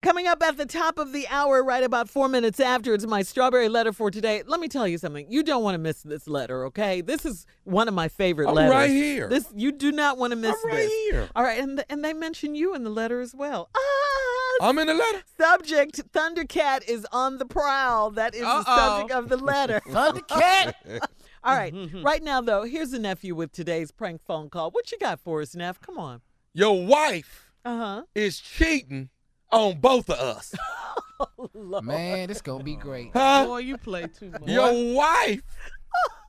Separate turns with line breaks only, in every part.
Coming up at the top of the hour, right about four minutes after, it's my strawberry letter for today. Let me tell you something. You don't want to miss this letter, okay? This is one of my favorite
I'm
letters.
right here.
This you do not want to miss
I'm right
this.
here.
All right, and and they mention you in the letter as well. Ah,
I'm in the letter.
subject Thundercat is on the prowl. That is the
Uh-oh.
subject of the letter.
Thundercat.
All right, right now though, here's a nephew with today's prank phone call. What you got for us, Neff? Come on.
Your wife
Uh huh.
is cheating on both of us.
Man, this gonna be great.
Huh?
Boy, you play too much.
Your wife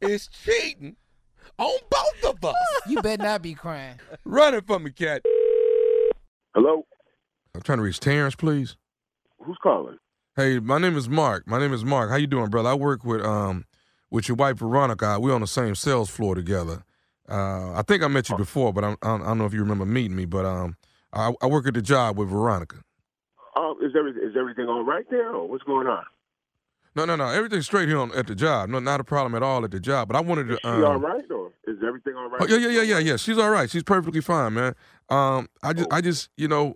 is cheating on both of us.
You better not be crying.
Running from me, cat.
Hello,
I'm trying to reach Terrence, please.
who's calling?
Hey, my name is Mark. My name is Mark. How you doing, brother? I work with um with your wife Veronica. We on the same sales floor together. Uh, I think I met you before, but I'm, I don't I don't know if you remember meeting me. But um, I, I work at the job with Veronica.
Um, is every is everything all right there, or what's going on?
No, no, no. Everything's straight here on, at the job. No, not a problem at all at the job. But I wanted to.
Is she
um,
all right, or is everything all right?
Oh, yeah, yeah, yeah, yeah, yeah. She's all right. She's perfectly fine, man. Um, I just, I just, you know,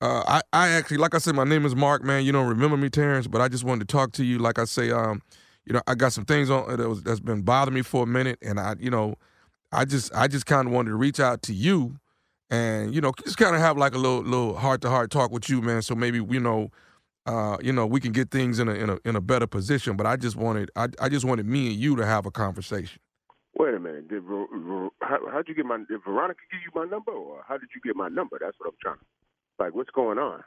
uh, I, I actually, like I said, my name is Mark, man. You don't remember me, Terrence, but I just wanted to talk to you. Like I say, um, you know, I got some things on uh, that was, that's been bothering me for a minute, and I, you know, I just, I just kind of wanted to reach out to you, and you know, just kind of have like a little, little heart to heart talk with you, man. So maybe, you know. Uh, you know, we can get things in a in a in a better position, but I just wanted I, I just wanted me and you to have a conversation.
Wait a minute. Did Ver, Ver, how, how'd you get my? Did Veronica give you my number, or how did you get my number? That's what I'm trying to. Like, what's going on?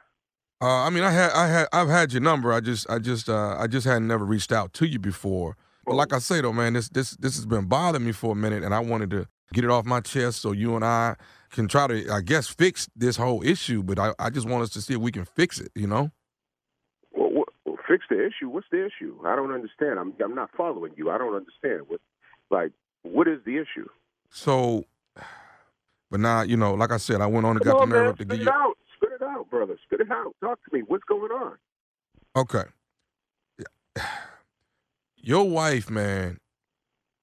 Uh, I mean, I had, I had, I've had your number. I just, I just, uh, I just had never reached out to you before. But like I say though, man, this, this, this has been bothering me for a minute, and I wanted to get it off my chest so you and I can try to, I guess, fix this whole issue. But I, I just want us to see if we can fix it. You know?
Well, what, well, fix the issue. What's the issue? I don't understand. I'm I'm not following you. I don't understand. What, like, what is the issue?
So, but now, you know, like I said, I went on and
Come
got
on,
the nerve
man.
up to
Spit
give
it
you.
out. Spit it out, brother. Spit it out. Talk to me. What's going on?
Okay. Your wife, man,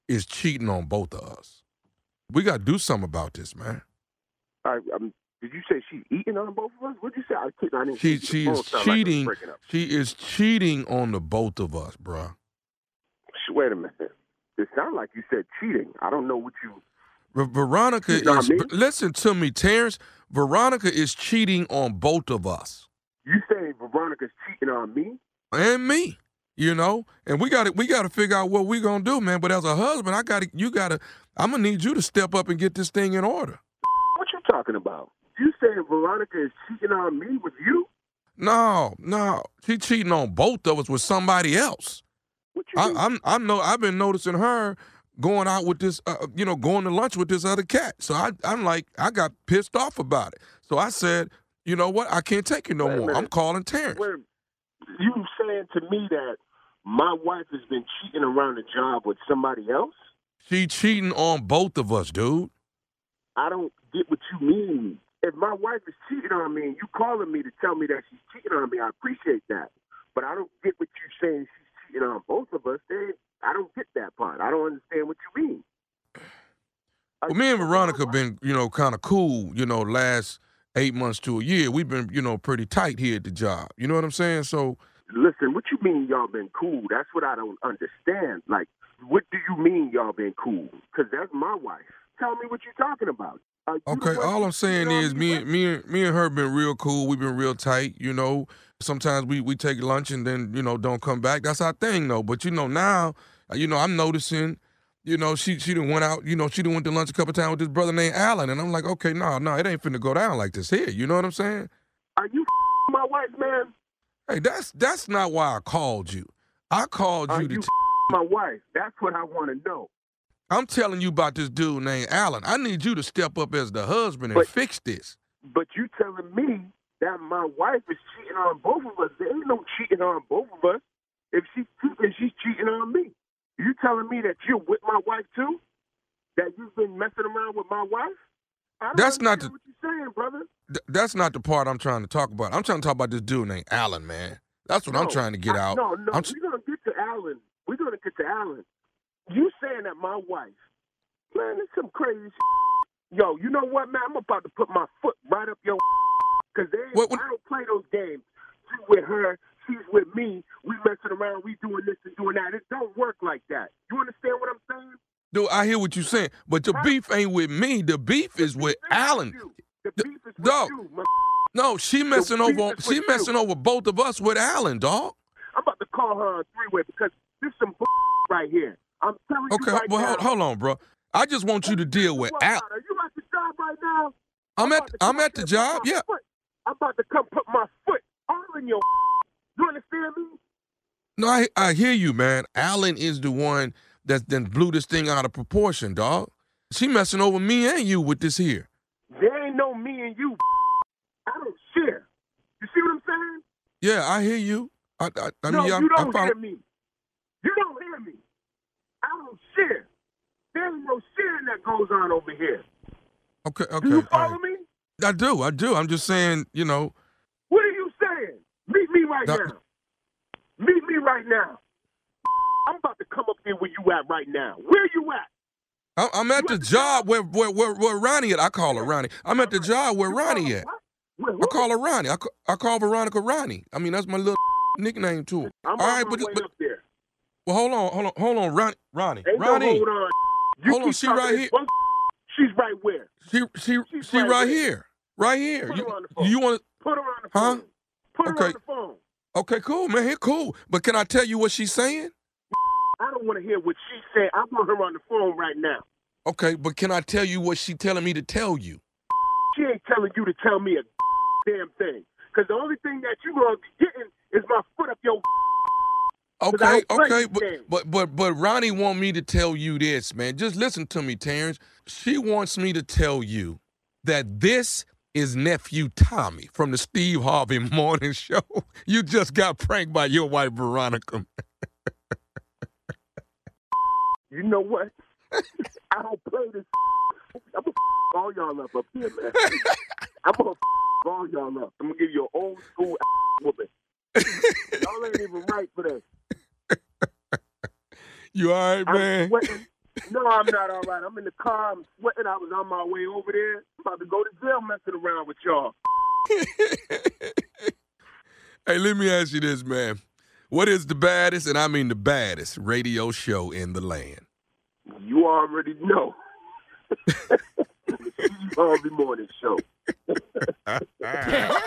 is cheating on both of us. We got to do something about this, man.
I, I'm, did you say she's eating on both of us? What'd you say? I couldn't. I didn't.
She
the
she
phone
is
sounded like it was
cheating.
breaking up.
she is cheating on the both of us, bruh.
Sh- Wait a minute. It sounded like you said cheating. I don't know what you.
Ver- Veronica
You know what
is.
I mean?
Listen to me, Terrence. Veronica is cheating on both of us
You saying Veronica's cheating on me?
and me. You know, and we got to we got to figure out what we gonna do, man. But as a husband, I got to you got to. I'm gonna need you to step up and get this thing in order.
What you talking about? You saying Veronica is cheating on me with you?
No, no, she cheating on both of us with somebody else.
What you?
I,
mean?
I'm I'm no I've been noticing her going out with this uh, you know going to lunch with this other cat. So I I'm like I got pissed off about it. So I said, you know what? I can't take it no
Wait a
more.
minute.
I'm calling Terrence.
Wait a- you saying to me that my wife has been cheating around the job with somebody else?
She cheating on both of us, dude.
I don't get what you mean. If my wife is cheating on me and you calling me to tell me that she's cheating on me, I appreciate that. But I don't get what you saying she's cheating on both of us. Then I don't get that part. I don't understand what you mean.
Well, me and Veronica been you know kind of cool. You know, last eight months to a year, we've been you know pretty tight here at the job. You know what I'm saying? So
Listen, what you mean y'all been cool? That's what I don't understand. Like, what do you mean y'all been cool? Because that's my wife. Tell me what you're talking about. Are you the
Okay,
one
all I'm
who's
saying
cheating on
is me,
with?
and me, and me and her been real cool. We've been real tight, you know. Sometimes we we take lunch and then you know don't come back. That's our thing though. But you know now, uh, you know I'm noticing, you know she she done went out, you know she done went to lunch a couple times with this brother named Allen, and I'm like, okay, no, no, it ain't finna go down like this here. You know what I'm saying?
Are you my wife, man?
Hey, that's that's not why I called you. I called
Are
you to.
you
T-
my wife? That's what I want to know.
I'm telling you about this dude named Allen. I need you to step up as the husband and
But-
fix this.
But you telling me that my wife is cheating on both of us. There ain't no cheating on both of us. If she's cheating, she's cheating on me. You telling me that you're with my wife too? That you've been messing around with my wife? I don't
That's not
understand what you're saying, brother.
Th- that's not the part I'm trying to talk about. I'm trying to talk about this dude named Allen, man. That's what I'm
No,
trying to get
I-
out.
No, no,
I'm s-
we're gonna get to Allen. We're gonna get to Allen. You saying that my wife? Man, it's some crazy. Yo, you know what, man? I'm about to put my foot right up your. Cause they,
What- what-
I don't play those games. with her, she's with me. We messing around, we doing this and doing that. It don't work like that. You understand what I'm saying?
Dude, I hear what you're saying, but the beef ain't with me. The beef is with Alan.
You. The beef is with
dog.
you. My,
No, she messing
beef
over.
is
She
with you.
messing over both of us with Alan, dog.
I'm about to call her on three way because this some bull right here. I'm telling
Okay,
you right
well, hold,
now.
hold on, bro. I just want you to deal with
What,
Alan.
Are you at the job right now?
I'm at.
about to
I'm
come
at the
here, put
job.
my
Yeah.
foot- I'm about to come put my foot all in your. You understand me?
No, I I hear you, man. Alan is the one that then blew this thing out of proportion, dog. She messing over me and you with this here.
There ain't no me and you. I don't share. You see what I'm saying?
Yeah, I hear you. I, I, I
no,
mean, yeah,
you
I, I
don't
follow-
hear me. You don't hear me. I don't share. There ain't no sharing that goes on over here.
Okay, okay.
Do you
all
follow
right.
me?
I do, I do. I'm just saying, you know,
What are you saying? Meet me right
No.
now. Meet me right now. I'm about to come up there where you at right now. Where you at?
I, I'm at the
at the
job where where, where where Ronnie at. I call her Ronnie. I'm at the job where
You
Ronnie
call-
at.
what? Where-
I
who?
call her Ronnie. I, ca- I call Veronica Ronnie. I mean, that's my little nickname to her.
I'm
All
on
right,
my
but,
way
but
up there.
well, hold on, hold on, hold on, Ronnie, Ronnie,
Ain't
Ronnie.
no hold on. You
Hold on,
keep
she right
talking
here.
this She's right where?
She she
She's
she
right
right
there.
here, right here.
Put her on
You,
the phone.
you want to?
Put her on the
Huh?
phone. Put her
Okay.
on the phone.
Okay, cool, man. Here, cool. But can I tell you what she's saying?
I don't want to hear what she said. I want her on the phone right now.
Okay, but can I tell you what she telling me to tell you?
She ain't telling you to tell me a damn thing. Because the only thing that you going to be getting is my foot up your. I
Okay,
don't play
okay,
these
but,
games.
but but but Ronnie want me to tell you this, man. Just listen to me, Terrence. She wants me to tell you that this is nephew Tommy from the Steve Harvey Morning Show. You just got pranked by your wife Veronica.
You know what? I don't play this. I'm gonna all y'all up up here, man. I'm gonna all y'all up. I'm gonna give you an old school woman. y'all ain't even right for this.
You all right,
I'm
man?
sweating. No, I'm not all right. I'm in the car. I'm sweating. I was on my way over there. I'm about to go to jail messing around with y'all.
Hey, let me ask you this, man. What is the baddest, and I mean the baddest, radio show in the land?
You already know. Harvey Morning Show.
That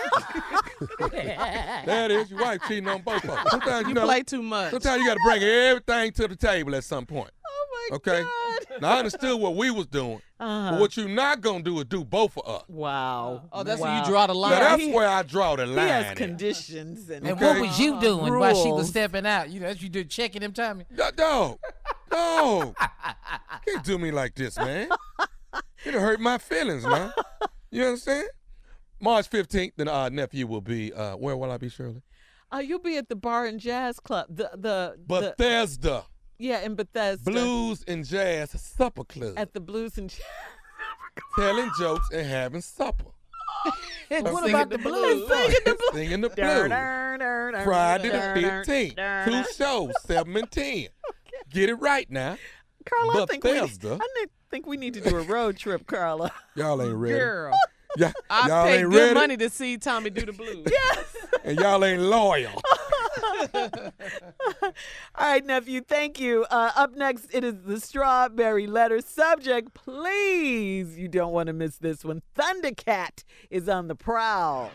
is your wife cheating on both of us. Sometimes you, know,
Play too much.
sometimes you got to bring everything to the table at some point.
Oh my
Okay.
God.
Now I understood what we was doing,
Uh-huh.
but what you not gonna do is do both of us.
wow.
Oh, that's
wow.
where you draw the line.
Now that's
he-
where I draw the
He
line.
has
at.
conditions and
And
Okay.
what was you doing while she
Rules.
was stepping out? You know, as you did checking him, Tommy.
Dog, dog, dog. can't do me like this, man. It'll hurt my feelings, man. You understand? March 15th, then our nephew will be, uh, where will I be, Shirley?
Oh, you'll be at the bar and jazz club. The the, the
Bethesda
yeah in Bethesda
Blues and Jazz Supper Club.
at the blues and jazz.
telling jokes and having supper.
what about the blues?
Singing the blues.
Singing the blues. Friday the 15th. Two shows, 7 and 10. Get it right now.
Carla, I think, we,
Bethesda.
I ne- think we need to do a road trip, Carla.
Y'all ain't ready.
Girl,
Yeah,
I
y'all
paid
ain't
good
ready,
money to see Tommy do the blues.
and y'all ain't loyal.
All right, nephew, thank you. Uh, up next, it is the strawberry letter subject. Please, you don't want to miss this one. Thundercat is on the prowl.